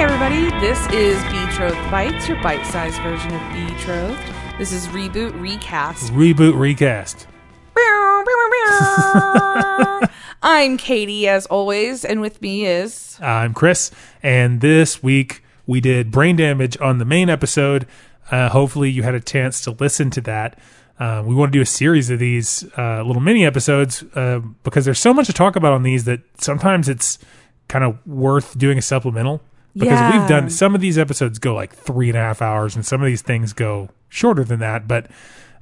everybody. This is Betrothed Bites, your bite sized version of Betrothed. This is Reboot Recast. Reboot, recast. I'm Katie, as always, and with me is. I'm Chris, and this week we did brain damage on the main episode. Uh, hopefully, you had a chance to listen to that. Uh, we want to do a series of these uh, little mini episodes uh, because there's so much to talk about on these that sometimes it's kind of worth doing a supplemental. Because Yeah. we've done some of these episodes go like three and a half hours, and some of these things go shorter than that. But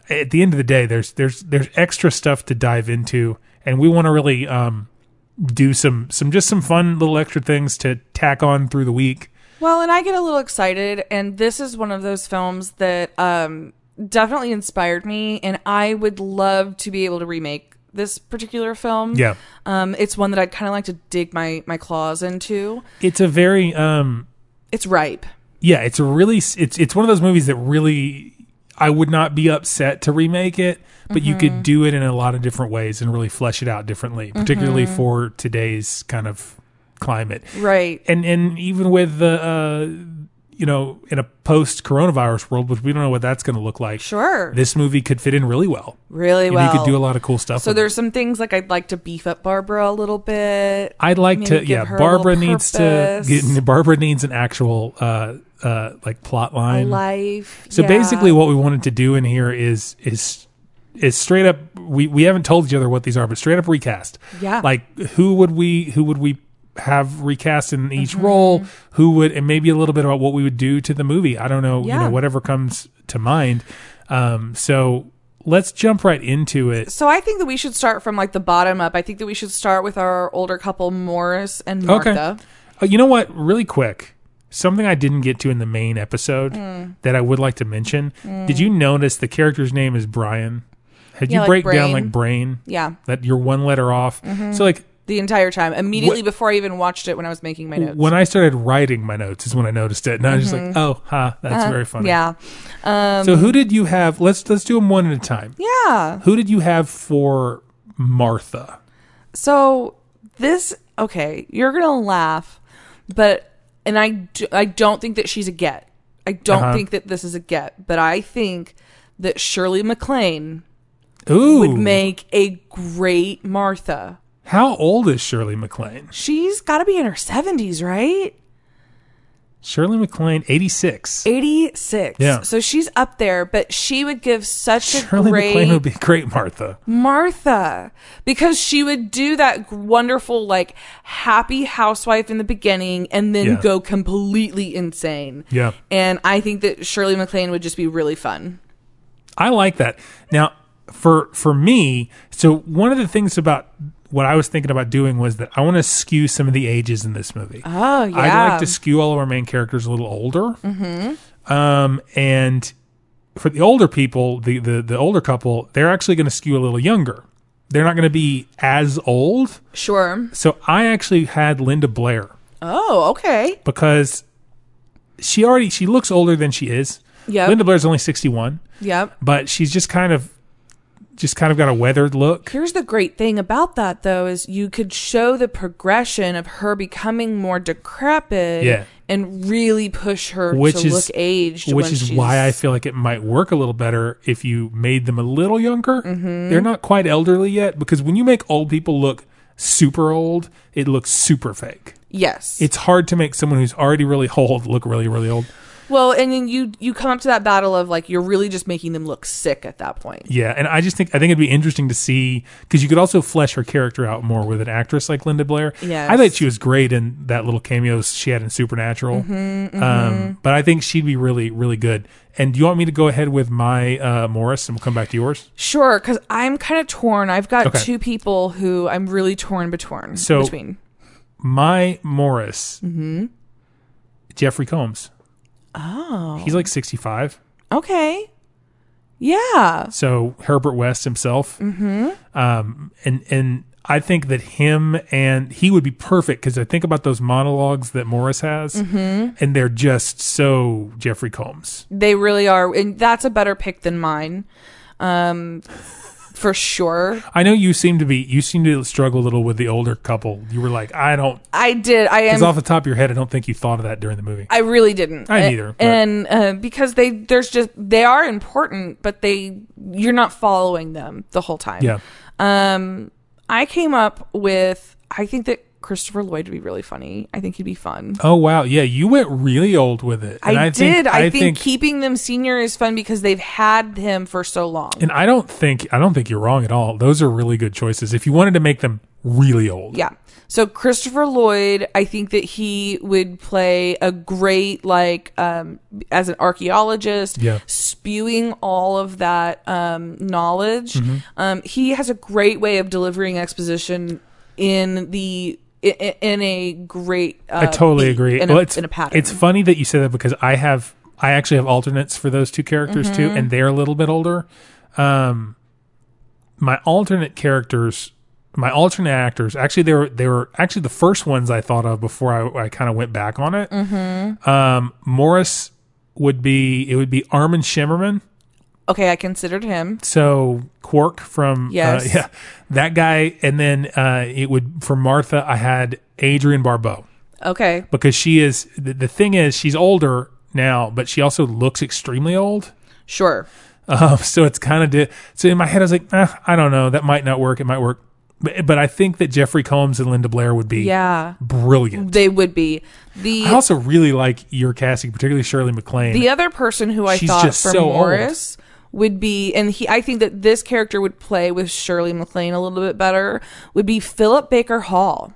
at the end of the day, there's there's there's extra stuff to dive into, and we want to really um, do some some just some fun little extra things to tack on through the week. Well, and I get a little excited, and this is one of those films that um, definitely inspired me, and I would love to be able to remake this particular film. Yeah. Um, it's one that I'd kind of like to dig my, my claws into. It's a very um, It's ripe. yeah, it's a really it's it's one of those movies that really I would not be upset to remake it, but you Mm-hmm. could do it in a lot of different ways and really flesh it out differently, particularly Mm-hmm. for today's kind of climate. Right. And and even with the uh you know, in a post coronavirus world, which we don't know what that's going to look like. Sure. This movie could fit in really well. really And well. you could do a lot of cool stuff. So with it. there's some things like I'd like to beef up Barbara a little bit. I'd like Maybe to. give Yeah, her a Barbara little needs to. purpose. Get, Barbara needs an actual uh, uh, like plot A line. life. So yeah. basically, what we wanted to do in here is is is straight up. We we haven't told each other what these are, but straight up recast. Yeah. Like who would we who would we have recast in each Mm-hmm. role? Who would and maybe a little bit about what we would do to the movie. I don't know. You Yeah. know whatever comes to mind. Um. So let's jump right into it. So I think that we should start from like the bottom up. I think that we should start with our older couple, Morris and Martha. Uh, you know what? Really quick, something I didn't get to in the main episode Hmm. that I would like to mention. Did you notice the character's name is Brian? Had Yeah, you like break down brain. Mm-hmm. like brain? Yeah. That you're one letter off. So like The entire time, immediately What- before I even watched it, when I was making my notes. when I started writing my notes is when I noticed it, and I was just like, oh, ha, that's very funny. Mm-hmm. Uh, yeah, So who did you have? Let's let's do them one at a time. yeah. Who did you have for Martha? So this, okay, you're gonna laugh, but and I, do, I don't think that she's a get. I don't Uh-huh. think that this is a get, but I think that Shirley MacLaine Ooh, would make a great Martha. how old is Shirley MacLaine? She's got to be in her 70s, right? Shirley MacLaine, eighty six. 86. Yeah. So she's up there, but she would give such a Shirley great MacLaine would be great Martha. Martha because she would do that wonderful, like, happy housewife in the beginning and then Yeah. go completely insane. Yeah. And I think that Shirley MacLaine would just be really fun. I like that. Now, for for me, so one of the things about what I was thinking about doing was that I want to skew some of the ages in this movie. Oh, yeah. Mm-hmm. I'd like to skew all of our main characters a little older. Um, and for the older people, the the the older couple, they're actually going to skew a little younger. They're not going to be as old. Sure. So I actually had Linda Blair Oh, okay. because she already she looks older than she is. Yep. Linda Blair's only sixty one Yep. but she's just kind of just kind of got a weathered look. Here's the great thing about that, though, is you could show the progression of her becoming more decrepit, Yeah. and really push her Which to is- look aged, Which when is she's- why I feel like it might work a little better if you made them a little younger. Mm-hmm. They're not quite elderly yet because when you make old people look super old, it looks super fake. yes, It's hard to make someone who's already really old look really, really old. well, and then you you come up to that battle of like you're really just making them look sick at that point. Yeah, and I just think I think it'd be interesting to see because you could also flesh her character out more with an actress like Linda Blair. Yes. I thought she was great in that little cameo she had in Supernatural. Mm-hmm, Um, but I think she'd be really, really good. And do you want me to go ahead with my uh, Morris and we'll come back to yours? Sure, because I'm kind of torn. I've got Okay. two people who I'm really torn between. So- between My Morris, Mm-hmm. Jeffrey Combs. oh, He's like sixty-five. okay, yeah, So Herbert West himself. Mm-hmm. Um, and and I think that him and he would be perfect because I think about those monologues that Morris has, Mm-hmm. and they're just so Jeffrey Combs. they really are, and that's a better pick than mine. Um, for sure. I know you seem to be you seem to struggle a little with the older couple. You were like, I don't I did. I because am. off the top of your head, I don't think you thought of that during the movie. I really didn't. I A- neither, but- And uh, because they there's just they are important, but they you're not following them the whole time. Yeah. Um, I came up with I think that Christopher Lloyd would be really funny. I think he'd be fun. Oh wow, yeah, you went really old with it. And I, did. Think, I, think, keeping them senior is fun because they've had him for so long. and I don't think I don't think you're wrong at all. Those are really good choices. If you wanted to make them really old, yeah. So Christopher Lloyd, I think that he would play a great like um as an archaeologist, Yeah. spewing all of that um knowledge. Mm-hmm. Um he has a great way of delivering exposition in the i- i- in a great uh, I totally beat, agree. in a, Well, it's in a pattern. It's funny that you say that because I have I actually have alternates for those two characters too, Mm-hmm. and they're a little bit older. Um, my alternate characters, my alternate actors, actually they were they were actually the first ones I thought of before I, I kind of went back on it. Mm-hmm. Um, Morris would be it would be Armin Shimmerman. okay, I considered him. So Quark from uh, Yes. yeah, that guy, and then uh, it would for Martha I had Adrian Barbeau Okay. because she is the, the thing is she's older now, but she also looks extremely old. Sure. Um, so it's kind of di- so in my head I was like, eh, I don't know, that might not work. It might work, but, but I think that Jeffrey Combs and Linda Blair would be Yeah. brilliant. They would be. The I also really like your casting, particularly Shirley MacLaine. The other person who I She's thought for just so old. Morris would be, and he, I think that this character would play with Shirley MacLaine a little bit better, would be Philip Baker Hall,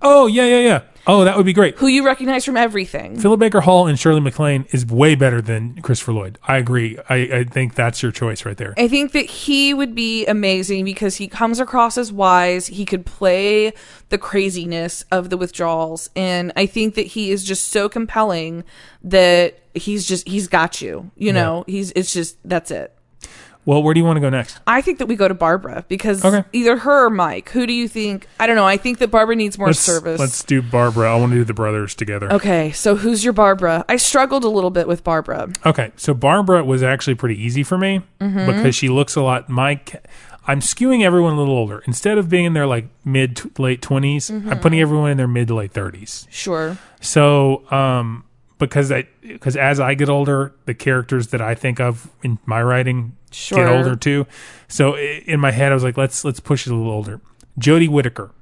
oh yeah, yeah, yeah. Oh, that would be great. who you recognize from everything. Philip Baker Hall and Shirley MacLaine is way better than Christopher Lloyd. I agree. I, I think that's your choice right there. I think that he would be amazing because he comes across as wise. He could play the craziness of the withdrawals. And I think that he is just so compelling that he's just, he's got you. You know, he's, it's just, that's it. Well, where do you want to go next? I think that we go to Barbara because Okay. either her or Mike. Who do you think? I don't know. I think that Barbara needs more Let's, service. let's do Barbara. I want to do the brothers together. Okay, so who's your Barbara? I struggled a little bit with Barbara. Okay, so Barbara was actually pretty easy for me Mm-hmm. because she looks a lot. My, ca- I'm skewing everyone a little older. Instead of being in their like mid to late 20s, Mm-hmm. I'm putting everyone in their mid to late thirties. Sure. So, um, because I because as I get older, the characters that I think of in my writing Sure. get older too. So i- in my head, I was like, let's let's push it a little older. Jodie Whittaker,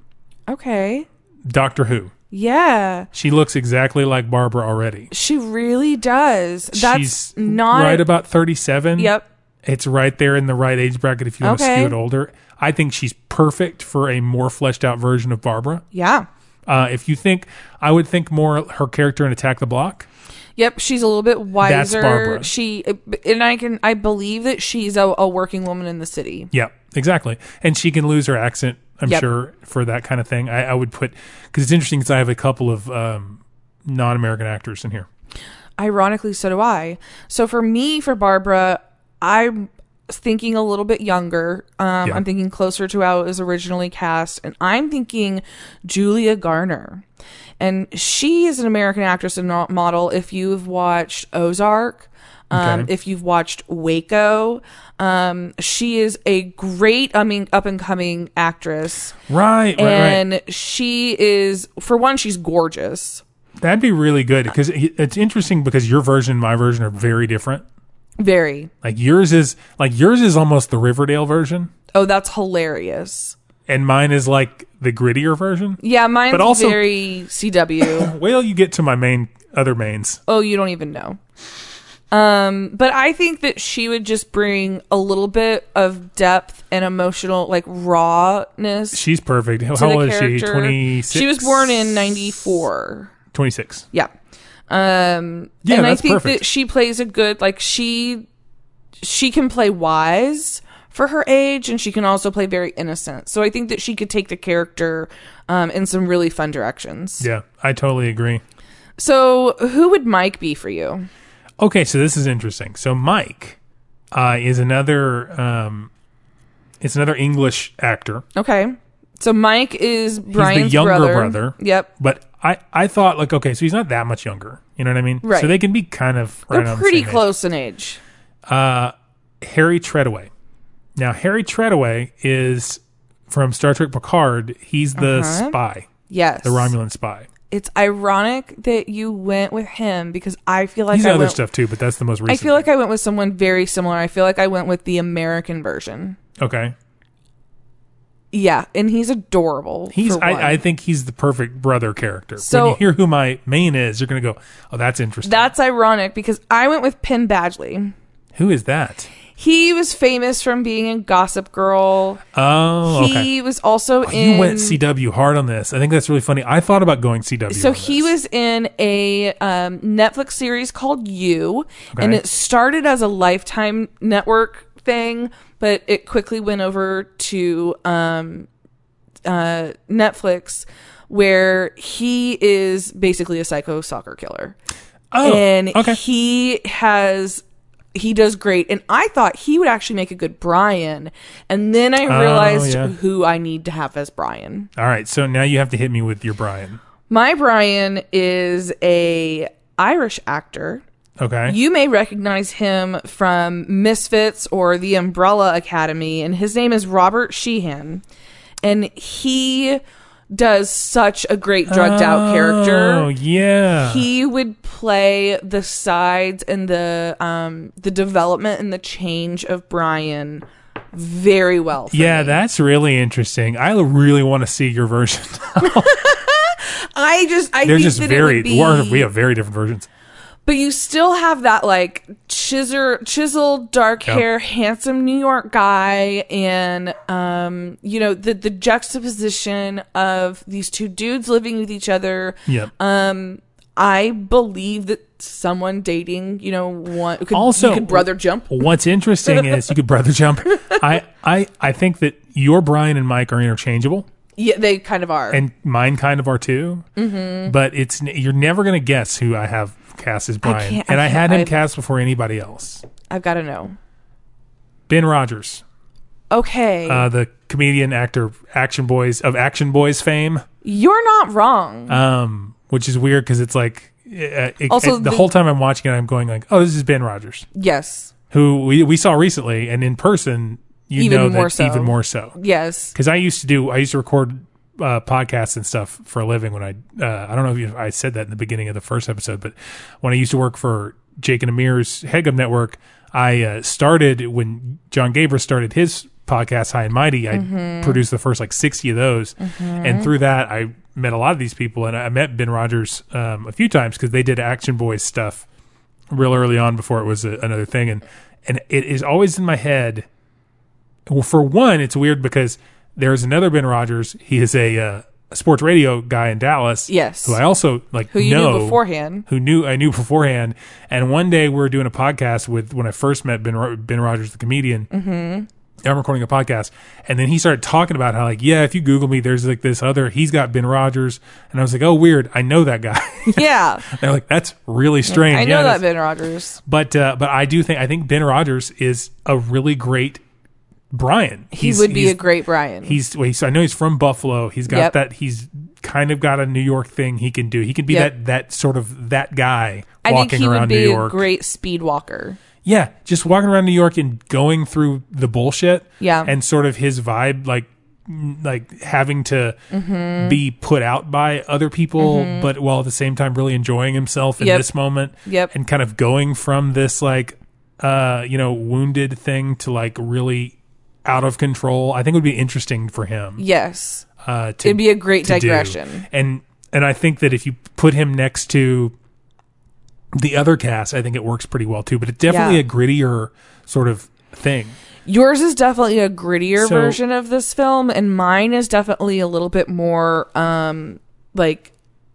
Okay. Doctor Who. Yeah, She looks exactly like Barbara already. she really does. That's She's not. right about 37. yep. It's right there in the right age bracket if you want to Okay. skew it older. I think she's perfect for a more fleshed out version of Barbara. Yeah. Uh, if you think, I would think more her character in Attack the Block. Yep. She's a little bit wiser. Barbara. She and I can. I believe that she's a, a working woman in the city. Yeah, exactly. And she can lose her accent, I'm Yep. sure, for that kind of thing. I, I would put, because it's interesting because I have a couple of um, non American actors in here. Ironically, so do I. So for me, for Barbara, I'm thinking a little bit younger. Um, Yeah. I'm thinking closer to how it was originally cast, and I'm thinking Julia Garner. And she is an American actress and not model. If you've watched Ozark, um, Okay. if you've watched Waco, um, she is a great, I mean, up and coming actress. Right, right, right. And she is, for one, she's gorgeous. That'd be really good because it's interesting because your version and my version are very different. Very. Like yours is like yours is almost the Riverdale version, Oh, that's hilarious. and mine is like the grittier version. Yeah, mine's But also- very CW. Well, you get to my main other mains. oh, you don't even know. Um, but I think that she would just bring a little bit of depth and emotional, like rawness She's perfect. How to the old is she? character. 26. She was born in '94. 26. Yeah. Um, Yeah, and that's I think perfect. that she plays a good, like she, she can play wise for her age, and she can also play very innocent. So I think that she could take the character um, in some really fun directions. Yeah, I totally agree. So, who would Mike be for you? Okay, so this is interesting. So Mike uh, is another um it's another English actor, Okay. So, Mike is Brian's younger brother. brother. Yep. but I I thought like okay, so he's not that much younger. You know what I mean? Right. So they can be kind of right They're on the pretty same age. close in age. Uh Harry Treadaway Now, Harry Treadaway is from Star Trek Picard. He's the Uh-huh. spy, Yes. the Romulan spy. It's ironic that you went with him because I feel like He's I in other went, stuff too, but that's the most I recent. feel like I went with someone very similar. I feel like I went with the American version. okay. Yeah, and he's adorable. He's for one. I, I think he's the perfect brother character. So- when you hear who my main is, you're gonna go, Oh, that's interesting. That's ironic because I went with Penn Badgley. who is that? He was famous from being in Gossip Girl. Oh, he okay. was also in. You went CW hard on this. I think that's really funny. I thought about going CW. So on he this. was in a um, Netflix series called You, and Okay. it started as a Lifetime Network thing, but it quickly went over to um, uh, Netflix, where he is basically a psycho soccer killer, oh, and okay. he has. He does great, and I thought he would actually make a good Brian. And then I Oh, realized yeah. who I need to have as Brian. All right, so now you have to hit me with your Brian. My Brian is a Irish actor. Okay. You may recognize him from Misfits or The Umbrella Academy, and his name is Robert Sheehan. And he does such a great drugged out Oh, character. yeah. He would play the sides and the um the development and the change of Brian very well. for yeah, me. that's really interesting. I really want to see your version. I just I They're think just that very it would be, we're- we have very different versions. But you still have that like chiser, chiseled, dark Yep. hair, handsome New York guy, and um, you know the the juxtaposition of these two dudes living with each other. Yep. Um, I believe that someone dating, you know, one could Also- you could brother jump. What's interesting is you could brother jump. I I I think that your Brian and Mike are interchangeable, Yeah, they kind of are. and mine kind of are too. Mm-hmm. But it's you're never gonna guess who I have cast as Brian, can't- I and I, had can't- him I- cast before anybody else. I've got to know. Ben Rogers, Okay, uh, the comedian actor, Action Boys of Action Boys fame. you're not wrong. um, which is weird because it's like uh, it, Also, it- the the- whole time I'm watching it, I'm going like, oh, this is Ben Rogers, yes, who we, we saw recently, and in person, you Even know more that so. even more so. yes. Because I used to do, I used to record uh, podcasts and stuff for a living when I, uh, I don't know if I said that in the beginning of the first episode, but when I used to work for Jake and Amir's Hegum Network, I uh, started when John Gaber started his podcast High and Mighty. I produced the first like sixty of those, and through that I met a lot of these people, and I met Ben Rogers um, a few times because they did Action Boys stuff real early on before it was a, another thing, and and it is always in my head. Well, for one, it's weird because there's another Ben Rogers. He is a, uh, a sports radio guy in Dallas. Yes. who I also like. Who you know knew beforehand? who knew I knew beforehand. And one day we were doing a podcast with when I first met Ben Ro- Ben Rogers, the comedian. Mm-hmm. I'm recording a podcast, and then he started talking about how like yeah, if you Google me, there's like this other. He's got Ben Rogers, and I was like, oh weird, I know that guy. Yeah, They're like, that's really strange. I Yeah, know that's- that Ben Rogers. but uh, but I do think I think Ben Rogers is a really great Brian. He He's- would be he's- a great Brian. He's, well, he's I know he's from Buffalo. He's got Yep. that. He's kind of got a New York thing he can do. He can be Yep. that that sort of that guy I walking think he around would be New a York. great speed walker. yeah, just walking around New York and going through the bullshit. Yeah. and sort of his vibe, like like having to Mm-hmm. be put out by other people, but while at the same time really enjoying himself in Yep. this moment. Yep. and kind of going from this like uh you know wounded thing to like really out of control. I think would be interesting for him Yes. uh, to, It'd be a great to do. digression. And and I think that if you put him next to the other cast, I think it works pretty well too. But it's definitely Yeah. a grittier sort of thing. Yours is definitely a grittier So- version of this film, and mine is definitely a little bit more um like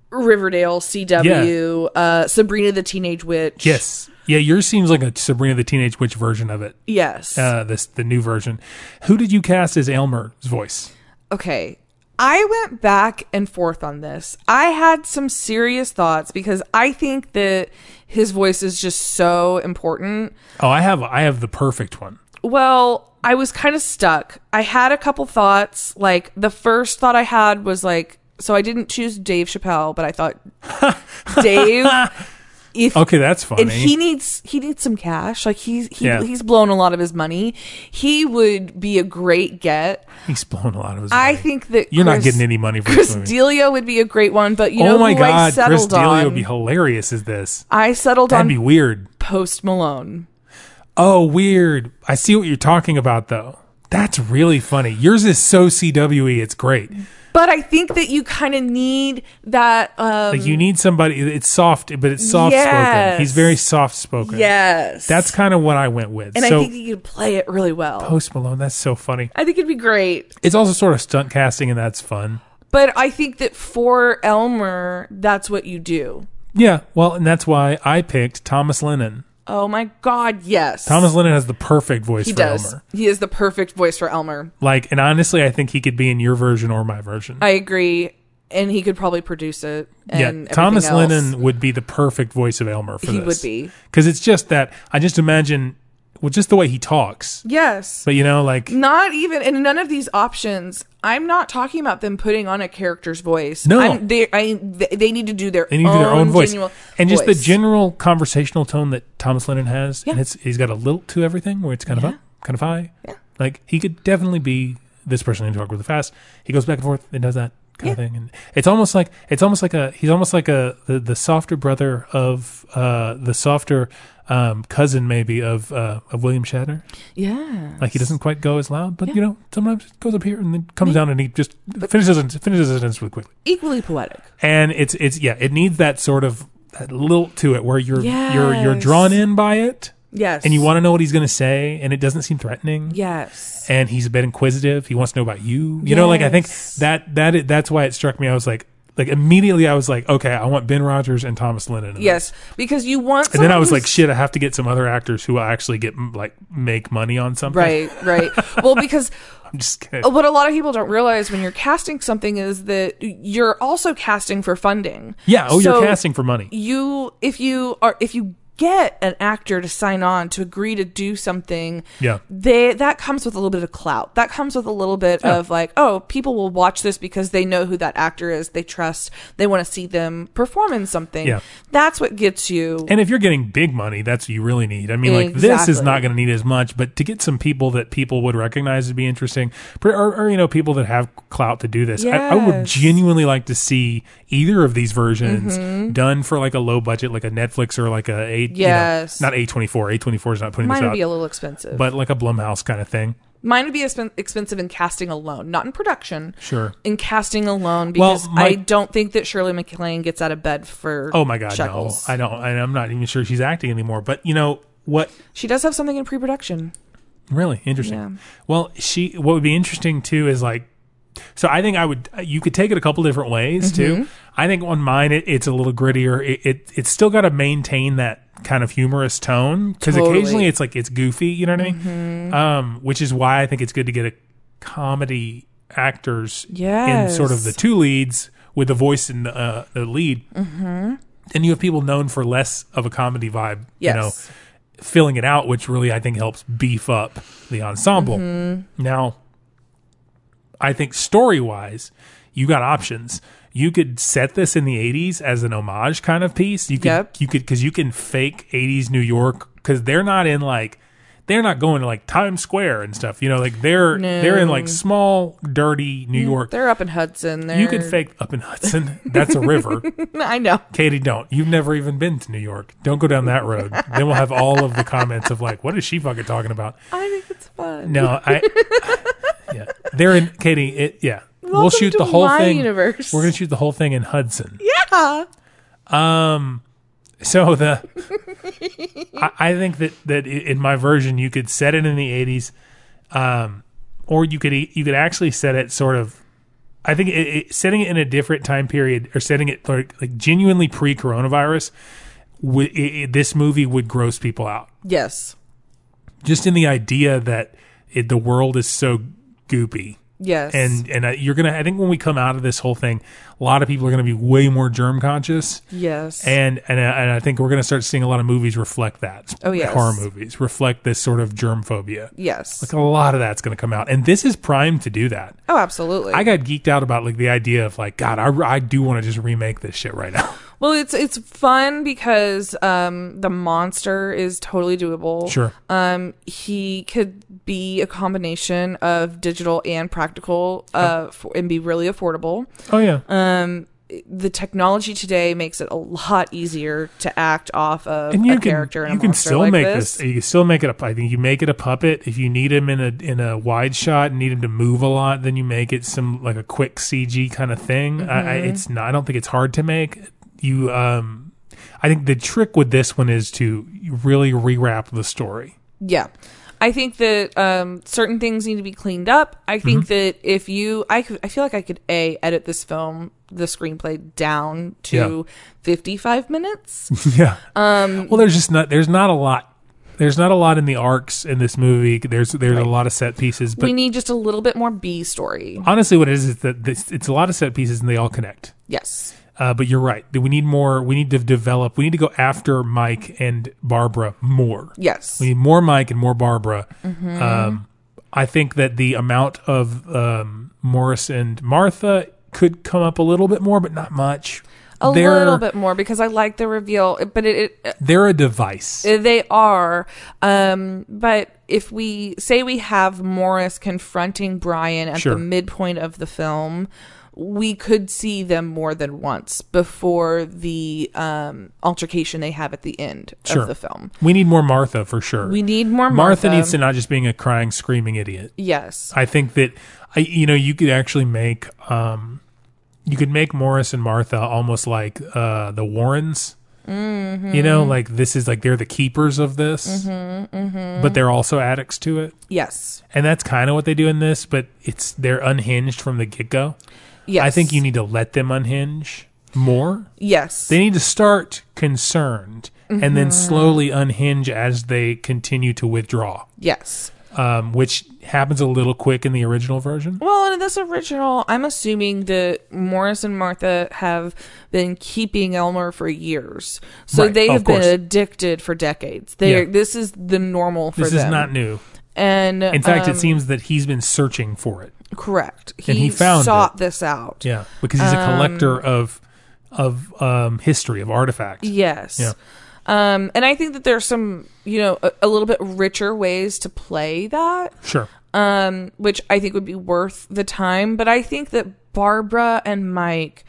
Riverdale, CW, uh Sabrina the Teenage Witch. Yes. Yeah, yours seems like a Sabrina the Teenage Witch version of it. Yes. Uh, this the new version. Who did you cast as Elmer's voice? okay. I went back and forth on this. I had some serious thoughts because I think that his voice is just so important. Oh, I have I have the perfect one. Well, I was kind of stuck. I had a couple thoughts. Like the first thought I had was like, so I didn't choose Dave Chappelle, but I thought Dave if Okay, that's funny. and he needs he needs some cash. Like he's he, Yeah. he's blown a lot of his money. He would be a great get. He's blown a lot of his I money. think that You're not Chris- getting any money for Chris this movie. Delia would be a great one, but you oh know my who I god, Chris settled Delia on? would be hilarious as this. I settled That'd on be weird. Post Malone. Oh, weird. I see what you're talking about though. That's really funny. Yours is so CWE, it's great. But I think that you kind of need that. Um, Like you need somebody it's soft, but it's soft Yes. spoken. He's very soft spoken. yes, That's kind of what I went with. and so I think you could play it really well. Post Malone, that's so funny. I think it'd be great. It's also sort of stunt casting and that's fun. But I think that for Elmer, that's what you do. Yeah, well, and that's why I picked Thomas Lennon. Oh my God, yes. Thomas Lennon has the perfect voice he for does. Elmer. He is the perfect voice for Elmer. Like, and honestly, I think he could be in your version or my version. I agree. And he could probably produce it. And everything yeah, Thomas else. Lennon would be the perfect voice of Elmer for He this. would be. because it's just that I just imagine, well, just the way he talks. Yes. But you know, like not even in none of these options. I'm not talking about them putting on a character's voice. No. I'm, they I, they they need to do their they need to do their own voice, Mm, genuine and just the voice. general conversational tone that Thomas Lennon has, Yeah. and it's he's got a lilt to everything where it's kind of up, kind of high. Yeah. Like he could definitely be this person in talk really fast. He goes back and forth and does that kind of thing, and it's almost like it's almost like a he's almost like a the, the softer brother of uh the softer. Um, cousin maybe of uh, of William Shatner, yeah. Like he doesn't quite go as loud, but you know, sometimes it goes up here and then comes down and he just finishes it, finishes his sentence really quickly. equally poetic. And it's it's yeah, it needs that sort of that lilt to it where you're you're you're Yes. drawn in by it Yes, and you want to know what he's going to say and it doesn't seem threatening. yes, And he's a bit inquisitive. He wants to know about you. You know, like I think Yes. that that it, that's why it struck me. I was like like immediately I was like, okay, I want Ben Rogers and Thomas Lennon. in yes, because you want. and then I was someone like, who's- shit, I have to get some other actors who will actually get like make money on something. right, Oh. right. well, because I'm just kidding. what a lot of people don't realize when you're casting something is that you're also casting for funding. Yeah. Oh, So you're casting for money. You, if you are, if you get an actor to sign on to agree to do something, Yeah. they that comes with a little bit of clout. That comes with a little bit of like, oh, people will watch this because they know who that actor is. They trust. They want to see them perform in something. Yeah. That's what gets you. And if you're getting big money, that's what you really need. I mean, like this is Exactly. not going to need as much, but to get some people that people would recognize would be interesting, pr- or, or you know, people that have clout to do this. I, I would Yes. genuinely like to see either of these versions Mm-hmm. done for like a low budget, like a Netflix or like a a Yes. you know, not a twenty four. A twenty four is not putting Mine would this be a out, little expensive. but like a Blumhouse kind of thing. Mine would be expen- expensive in casting alone, not in production. Sure. In casting alone, Well, because my- I don't think that Shirley MacLaine gets out of bed for. Oh my god, shekels. no, I don't. I, I'm not even sure she's acting anymore. But you know what? She does have something in pre-production. Really interesting. Yeah. Well, she what would be interesting too is like so I think I would you could take it a couple different ways Mm-hmm. too. I think on mine it, it's a little grittier. It, it it's still got to maintain that kind of humorous tone because Totally. Mm-hmm. occasionally it's like it's goofy, you know what I mean? Um which is why I think it's good to get a comedy actors in sort of Yes. the two leads with the voice in the, uh, the lead. Mm-hmm. And you have people known for less of a comedy vibe, Yes. you know, filling it out, which really I think helps beef up the ensemble. Mm-hmm. Now, I think story wise, you got options. You could set this in the '80s as an homage kind of piece. You could, Yep. you could, because you can fake '80s New York because they're not in like they're not going to like Times Square and stuff. You know, like they're they're in like small, dirty New York. They're up in Hudson. Mm, They're, You could fake up in Hudson. That's a river. I know. Katie, don't. You've never even been to New York. Don't go down that road. then we'll have all of the comments of like, what is she fucking talking about? I think it's fun. No, I. yeah, they're in Katie. It, yeah, we'll Welcome shoot to the whole my thing. universe. We're gonna shoot the whole thing in Hudson. Yeah. So the, I, I think that that i- in my version you could set it in the eighties, um, or you could e- you could actually set it sort of. I think it, it, setting it in a different time period or setting it like, like genuinely pre coronavirus, w- i i this movie would gross people out. Yes. Just in the idea that it, the world is so goopy. Yes. and and I, you're gonna. I think when we come out of this whole thing, a lot of people are gonna be way more germ conscious, yes. and and I, and I think we're gonna start seeing a lot of movies reflect that. Oh, yes. horror movies reflect this sort of germ phobia. yes. Like a lot of that's gonna come out, and this is primed to do that. oh, absolutely. I got geeked out about like the idea of like God, I, I do want to just remake this shit right now. Well, it's it's fun because um, the monster is totally doable. Sure. Um, he could be a combination of digital and practical, uh, for, and be really affordable. Oh yeah. Um, the technology today makes it a lot easier to act off of and you a can character and you a can monster still like make this. this. You can still make it a. I think you make it a puppet. If you need him in a in a wide shot and need him to move a lot, then you make it some like a quick CG kind of thing. I, I, Mm-hmm. it's not. I don't think it's hard to make. You. Um. I think the trick with this one is to really rewrap the story. Yeah. I think that um, certain things need to be cleaned up. I think Mm-hmm. that if you, I, could, I feel like I could a edit this film, the screenplay down to fifty five minutes. yeah. Um. Well, there's just not. There's not a lot. There's not a lot in the arcs in this movie. There's there's a lot of set pieces, but we need just a little bit more B story. honestly, what it is is that this, it's a lot of set pieces and they all connect. Yes. Uh, but you're right. We need more. We need to develop. We need to go after Mike and Barbara more. Yes. We need more Mike and more Barbara. Mm-hmm. Um, I think that the amount of um, Morris and Martha could come up a little bit more, but not much. a they're little bit more because I like the reveal, but it, it they're a device. Uh, They are. Um, but if we say we have Morris confronting Brian at Sure. the midpoint of the film, we could see them more than once before the um, altercation they have at the end Sure. of the film. we need more Martha for sure. We need more Martha. Martha needs to not just being a crying, screaming idiot. Yes. I think that I you know you could actually make um you could make Morris and Martha almost like uh the Warrens. You know, like this is like they're the keepers of this, but they're also addicts to it, Yes. and that's kind of what they do in this. But it's they're unhinged from the get go. Yes. I think you need to let them unhinge more. Yes. They need to start concerned and then slowly unhinge as they continue to withdraw, yes. um, which happens a little quick in the original version. Well, and in this original, I'm assuming that Morris and Martha have been keeping Elmer for years, so Right, they of have been course. addicted for decades. They are Yeah. this is the normal for This them. is not new. and In fact, um, it seems that he's been searching for it. correct. He, and he found sought this out. Yeah, because he's Um, a collector of of um, history of artifacts. Yes. Yeah. Um, and I think that there's some, you know, a, a little bit richer ways to play that. Sure. um, which I think would be worth the time. But I think that Barbara and Mike,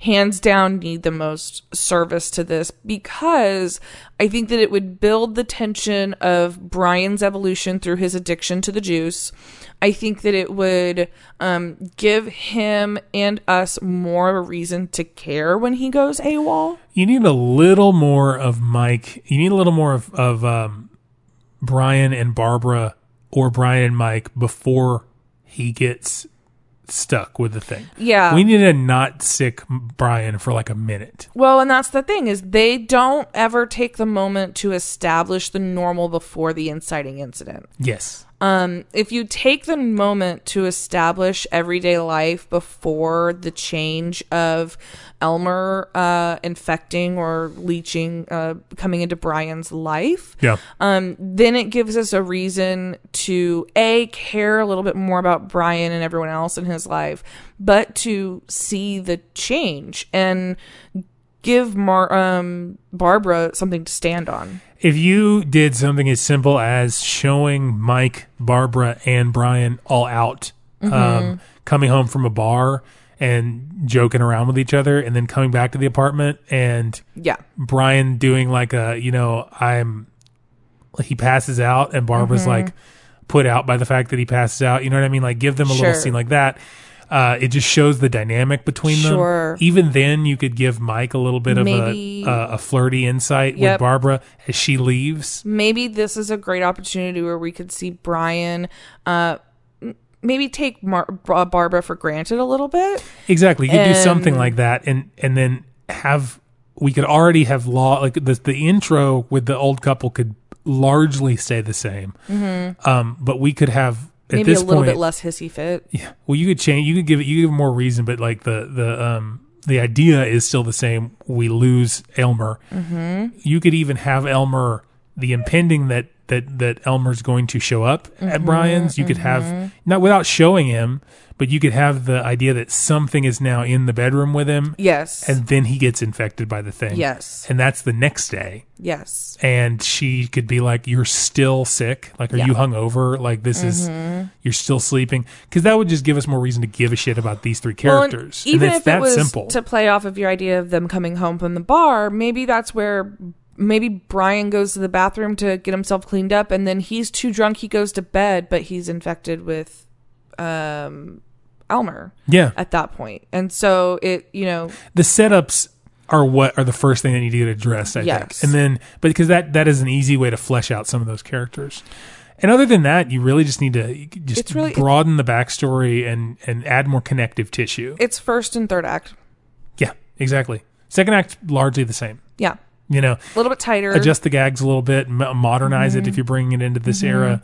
hands down, need the most service to this because I think that it would build the tension of Brian's evolution through his addiction to the juice. I think that it would um, give him and us more of a reason to care when he goes AWOL. You need a little more of Mike. You need a little more of of um, Brian and Barbara or Brian and Mike before he gets stuck with the thing. Yeah. We need a not sick Brian for like a minute. Well, and that's the thing is they don't ever take the moment to establish the normal before the inciting incident. Yes. Um, if you take the moment to establish everyday life before the change of Elmer uh, infecting or leeching uh, coming into Brian's life, Yeah. um, then it gives us a reason to a care a little bit more about Brian and everyone else in his life, but to see the change and give Mar- um, Barbara something to stand on. If you did something as simple as showing Mike, Barbara, and Brian all out, um, coming home from a bar and joking around with each other, and then coming back to the apartment and Yeah. Brian doing like a, you know, I'm, he passes out, and Barbara's Mm-hmm. like put out by the fact that he passes out. You know what I mean? Like give them a Sure. little scene like that. Uh, it just shows the dynamic between Sure. them. Even then, you could give Mike a little bit of Maybe- a, a a flirty insight Yep. with Barbara as she leaves. maybe this is a great opportunity where we could see Brian uh m- maybe take Mar- Bar- Barbara for granted a little bit. Exactly. You could do something And- like that and and then have we could already have law like the the intro with the old couple could largely stay the same. Um but we could have at Mm-hmm. Maybe a this little point bit less hissy fit. yeah, well you could change you could give it you could give more reason but like the the um the idea is still the Mm-hmm. same. We lose Elmer. You could even have Elmer the impending that that that Elmer's going to show up Mm-hmm. at Brian's. You could have not without showing him, but you could have the idea that something is now in the bedroom with him, Yes. and then he gets infected by the thing. Yes. and that's the next day. yes. And she could be like, "You're still sick. Like, are Yeah. Mm-hmm. you hungover? Like, this is you're still sleeping." Because that would just give us more reason to give a shit about these three Well, and characters. even if it's it was to play off of your idea of them coming home from the bar, maybe that's where maybe Brian goes to the bathroom to get himself cleaned up, and then he's too drunk, he goes to bed, but he's infected with um, Elmer yeah, at that point, and so it, you know, the setups are what are the first thing that need to get addressed, I Yes. think. And then but because that that is an easy way to flesh out some of those characters. And other than that, you really just need to just It's really- broaden the backstory and and add more connective tissue. it's first and third act, yeah, exactly. Second act largely the same. yeah, You know, a little bit tighter, adjust the gags a little bit, m- modernize it if you're bringing it into this era.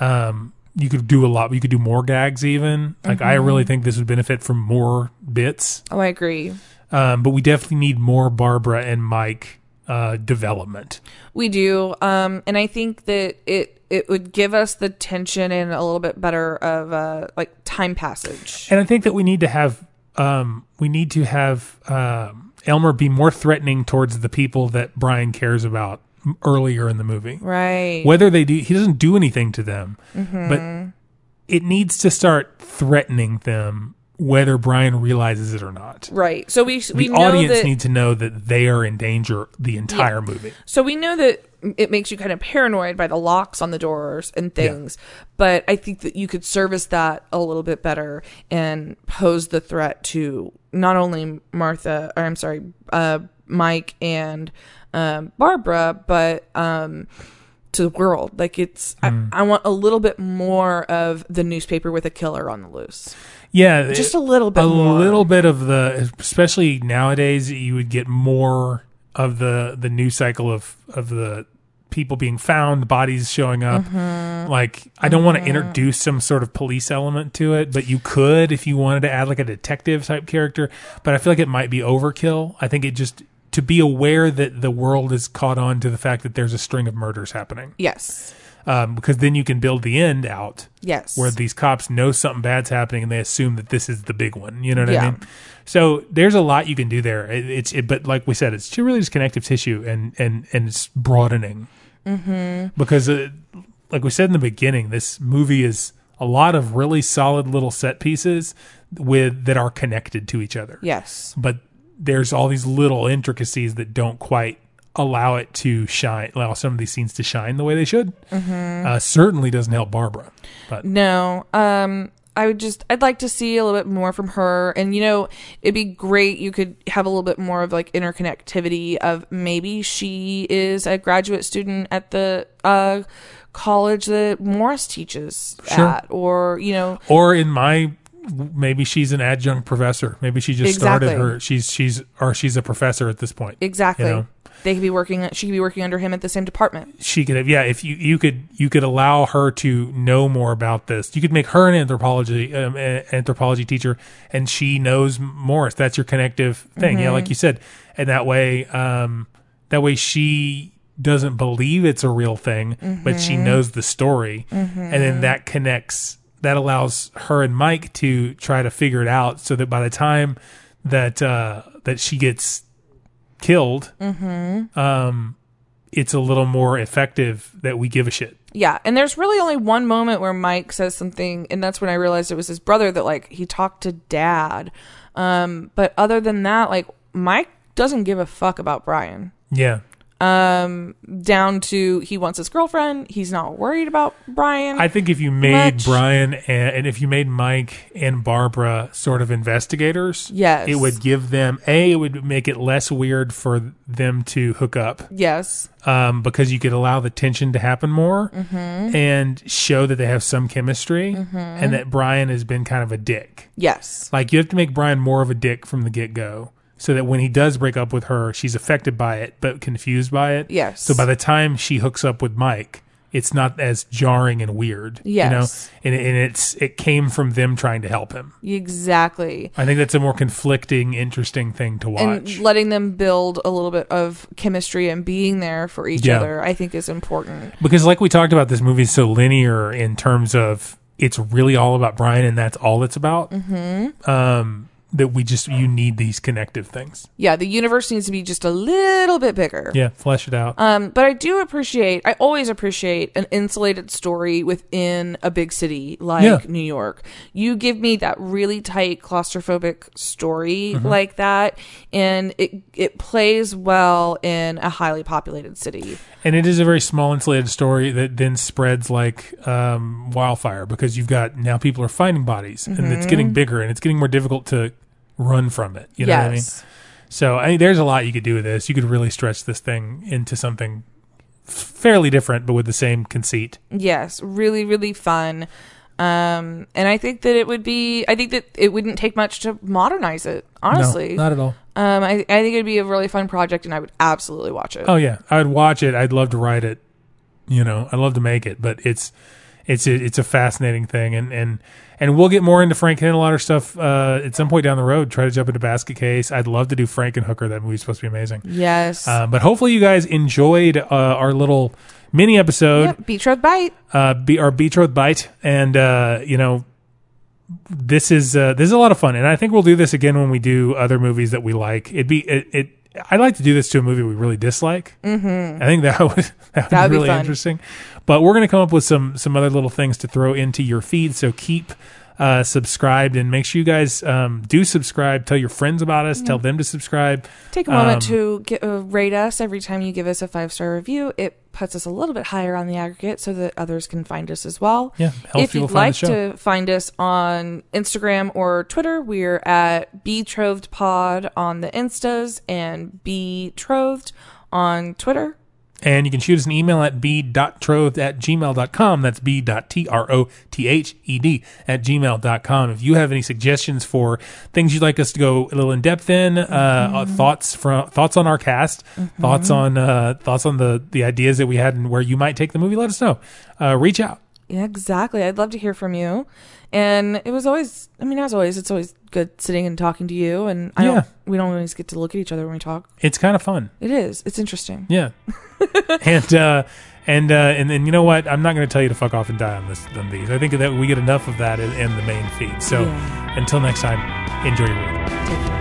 Um, you could do a lot. You could do more gags even. Like I really think this would benefit from more bits. Oh, I agree. Um, but we definitely need more Barbara and Mike uh, development. We do, um, and I think that it it would give us the tension and a little bit better of uh, like time passage. And I think that we need to have um, we need to have um Elmer be more threatening towards the people that Brian cares about m- earlier in the movie. Right. Whether they do, he doesn't do anything to them, Mm-hmm. but it needs to start threatening them, whether Brian realizes it or not. Right. So we we the know audience that, needs to know that they are in danger the entire movie. So we know that it makes you kind of paranoid by the locks on the doors and things, but I think that you could service that a little bit better and pose the threat to not only Martha, or I'm sorry, uh, Mike and um, Barbara, but um, to the world. Like it's, Hmm. I, I want a little bit more of the newspaper with a killer on the loose, Yeah, just a little bit, a more. little bit of the especially nowadays you would get more of the the news cycle of of the people being found bodies showing up Mm-hmm. like i don't want to introduce some sort of police element to it but you could if you wanted to add like a detective type character but i feel like it might be overkill i think it just to be aware that the world is caught on to the fact that there's a string of murders happening Yes. um, because then you can build the end out Yes. where these cops know something bad's happening and they assume that this is the big one. You know what I Yeah. mean? So there's a lot you can do there. It, it's it, but like we said, it's ju- really just connective tissue and and and it's broadening mm-hmm. because uh, like we said in the beginning, this movie is a lot of really solid little set pieces with that are connected to each other. yes. But there's all these little intricacies that don't quite allow it to shine, allow some of these scenes to shine the way they should. Uh, certainly doesn't help Barbara, but No. Um I would just I'd like to see a little bit more from her and you know it'd be great you could have a little bit more of like interconnectivity of maybe she is a graduate student at the uh college that Morris teaches Sure. at or you know or in my maybe she's an adjunct professor maybe she just started Exactly. her she's she's or she's a professor at this point exactly You know. they could be working she could be working under him at the same department she could have yeah if you you could you could allow her to know more about this you could make her an anthropology um, a- anthropology teacher and she knows morris that's your connective thing yeah like you said and that way um that way she doesn't believe it's a real thing but she knows the story and then that connects that allows her and mike to try to figure it out so that by the time that uh that she gets killed um it's a little more effective that we give a shit. yeah and there's really only one moment where Mike says something and that's when I realized it was his brother that like he talked to dad um but other than that like Mike doesn't give a fuck about Brian Yeah. um down to he wants his girlfriend he's not worried about brian I think if you made Much- Brian and, and if you made Mike and Barbara sort of investigators, Yes. it would give them a it would make it less weird for them to hook up yes um, because you could allow the tension to happen more Mm-hmm. and show that they have some chemistry and that Brian has been kind of a dick. yes Like you have to make Brian more of a dick from the get go, so that when he does break up with her, she's affected by it but confused by it. Yes. So by the time she hooks up with Mike, it's not as jarring and weird. Yes. You know, and, and it's it came from them trying to help him. Exactly. I think that's a more conflicting, interesting thing to watch. And letting them build a little bit of chemistry and being there for each Yeah. other, I think, is important. because like we talked about, this movie is so linear in terms of it's really all about Brian, and that's all it's about. Mm-hmm. Um, that we just you need these connective things. Yeah, the universe needs to be just a little bit bigger. Yeah, flesh it out. Um, but I do appreciate, I always appreciate an insulated story within a big city like Yeah. New York. You give me that really tight claustrophobic story Mm-hmm. like that, and it it plays well in a highly populated city. And it is a very small insulated story that then spreads like um, wildfire because you've got now people are finding bodies and it's Mm-hmm. getting bigger and it's getting more difficult to run from it. You know what I mean? yes. So I mean, there's a lot you could do with this. You could really stretch this thing into something fairly different, but with the same conceit. Yes, really, really fun. Um, and I think that it would be, I think that it wouldn't take much to modernize it, honestly. no, Uh, not at all. um, I, I think it'd be a really fun project and I would absolutely watch it. Oh yeah, I would watch it. I'd love to write it. You know, I'd love to make it, but it's it's a, it's a fascinating thing, and and and we'll get more into Frank Henlotter stuff uh, at some point down the road. Try to jump into Basket Case. I'd love to do Frank and Hooker. That movie's supposed to be amazing. Yes. Uh, but hopefully, you guys enjoyed uh, our little mini episode, Yep, Betrothed Bite. uh, be, our betrothed bite, and uh, you know. This is uh, this is a lot of fun, and I think we'll do this again when we do other movies that we like. It'd be it. it I'd like to do this to a movie we really dislike. I think that would that would Mm-hmm. That'd be be really fun. interesting. But we're going to come up with some some other little things to throw into your feed. So keep uh, subscribed and make sure you guys um, do subscribe. Tell your friends about us. Tell Mm-hmm. them to subscribe. Take a moment Um, to get, uh, rate us every time you give us a five star review. It puts us a little bit higher on the aggregate so that others can find us as well. Yeah, helps if people you'd like find the show. to find us on Instagram or Twitter, we're at Betrothed Pod on the Instas and Betrothed on Twitter. And you can shoot us an email at b.troth at gmail.com. That's b.troth at gmail.com. If you have any suggestions for things you'd like us to go a little in depth in, uh, uh, thoughts from thoughts on our cast, thoughts on uh, thoughts on the the ideas that we had and where you might take the movie, let us know. Uh, reach out. Yeah, exactly. I'd love to hear from you. And it was always, I mean, as always, it's always good sitting and talking to you. And I Yeah. don't, we don't always get to look at each other when we talk. It's kind of fun. It is. It's interesting. Yeah. and uh, and uh, and then you know what? I'm not going to tell you to fuck off and die on this on these. I think that we get enough of that in, in the main feed. So Yeah. until next time, enjoy your week. Take care.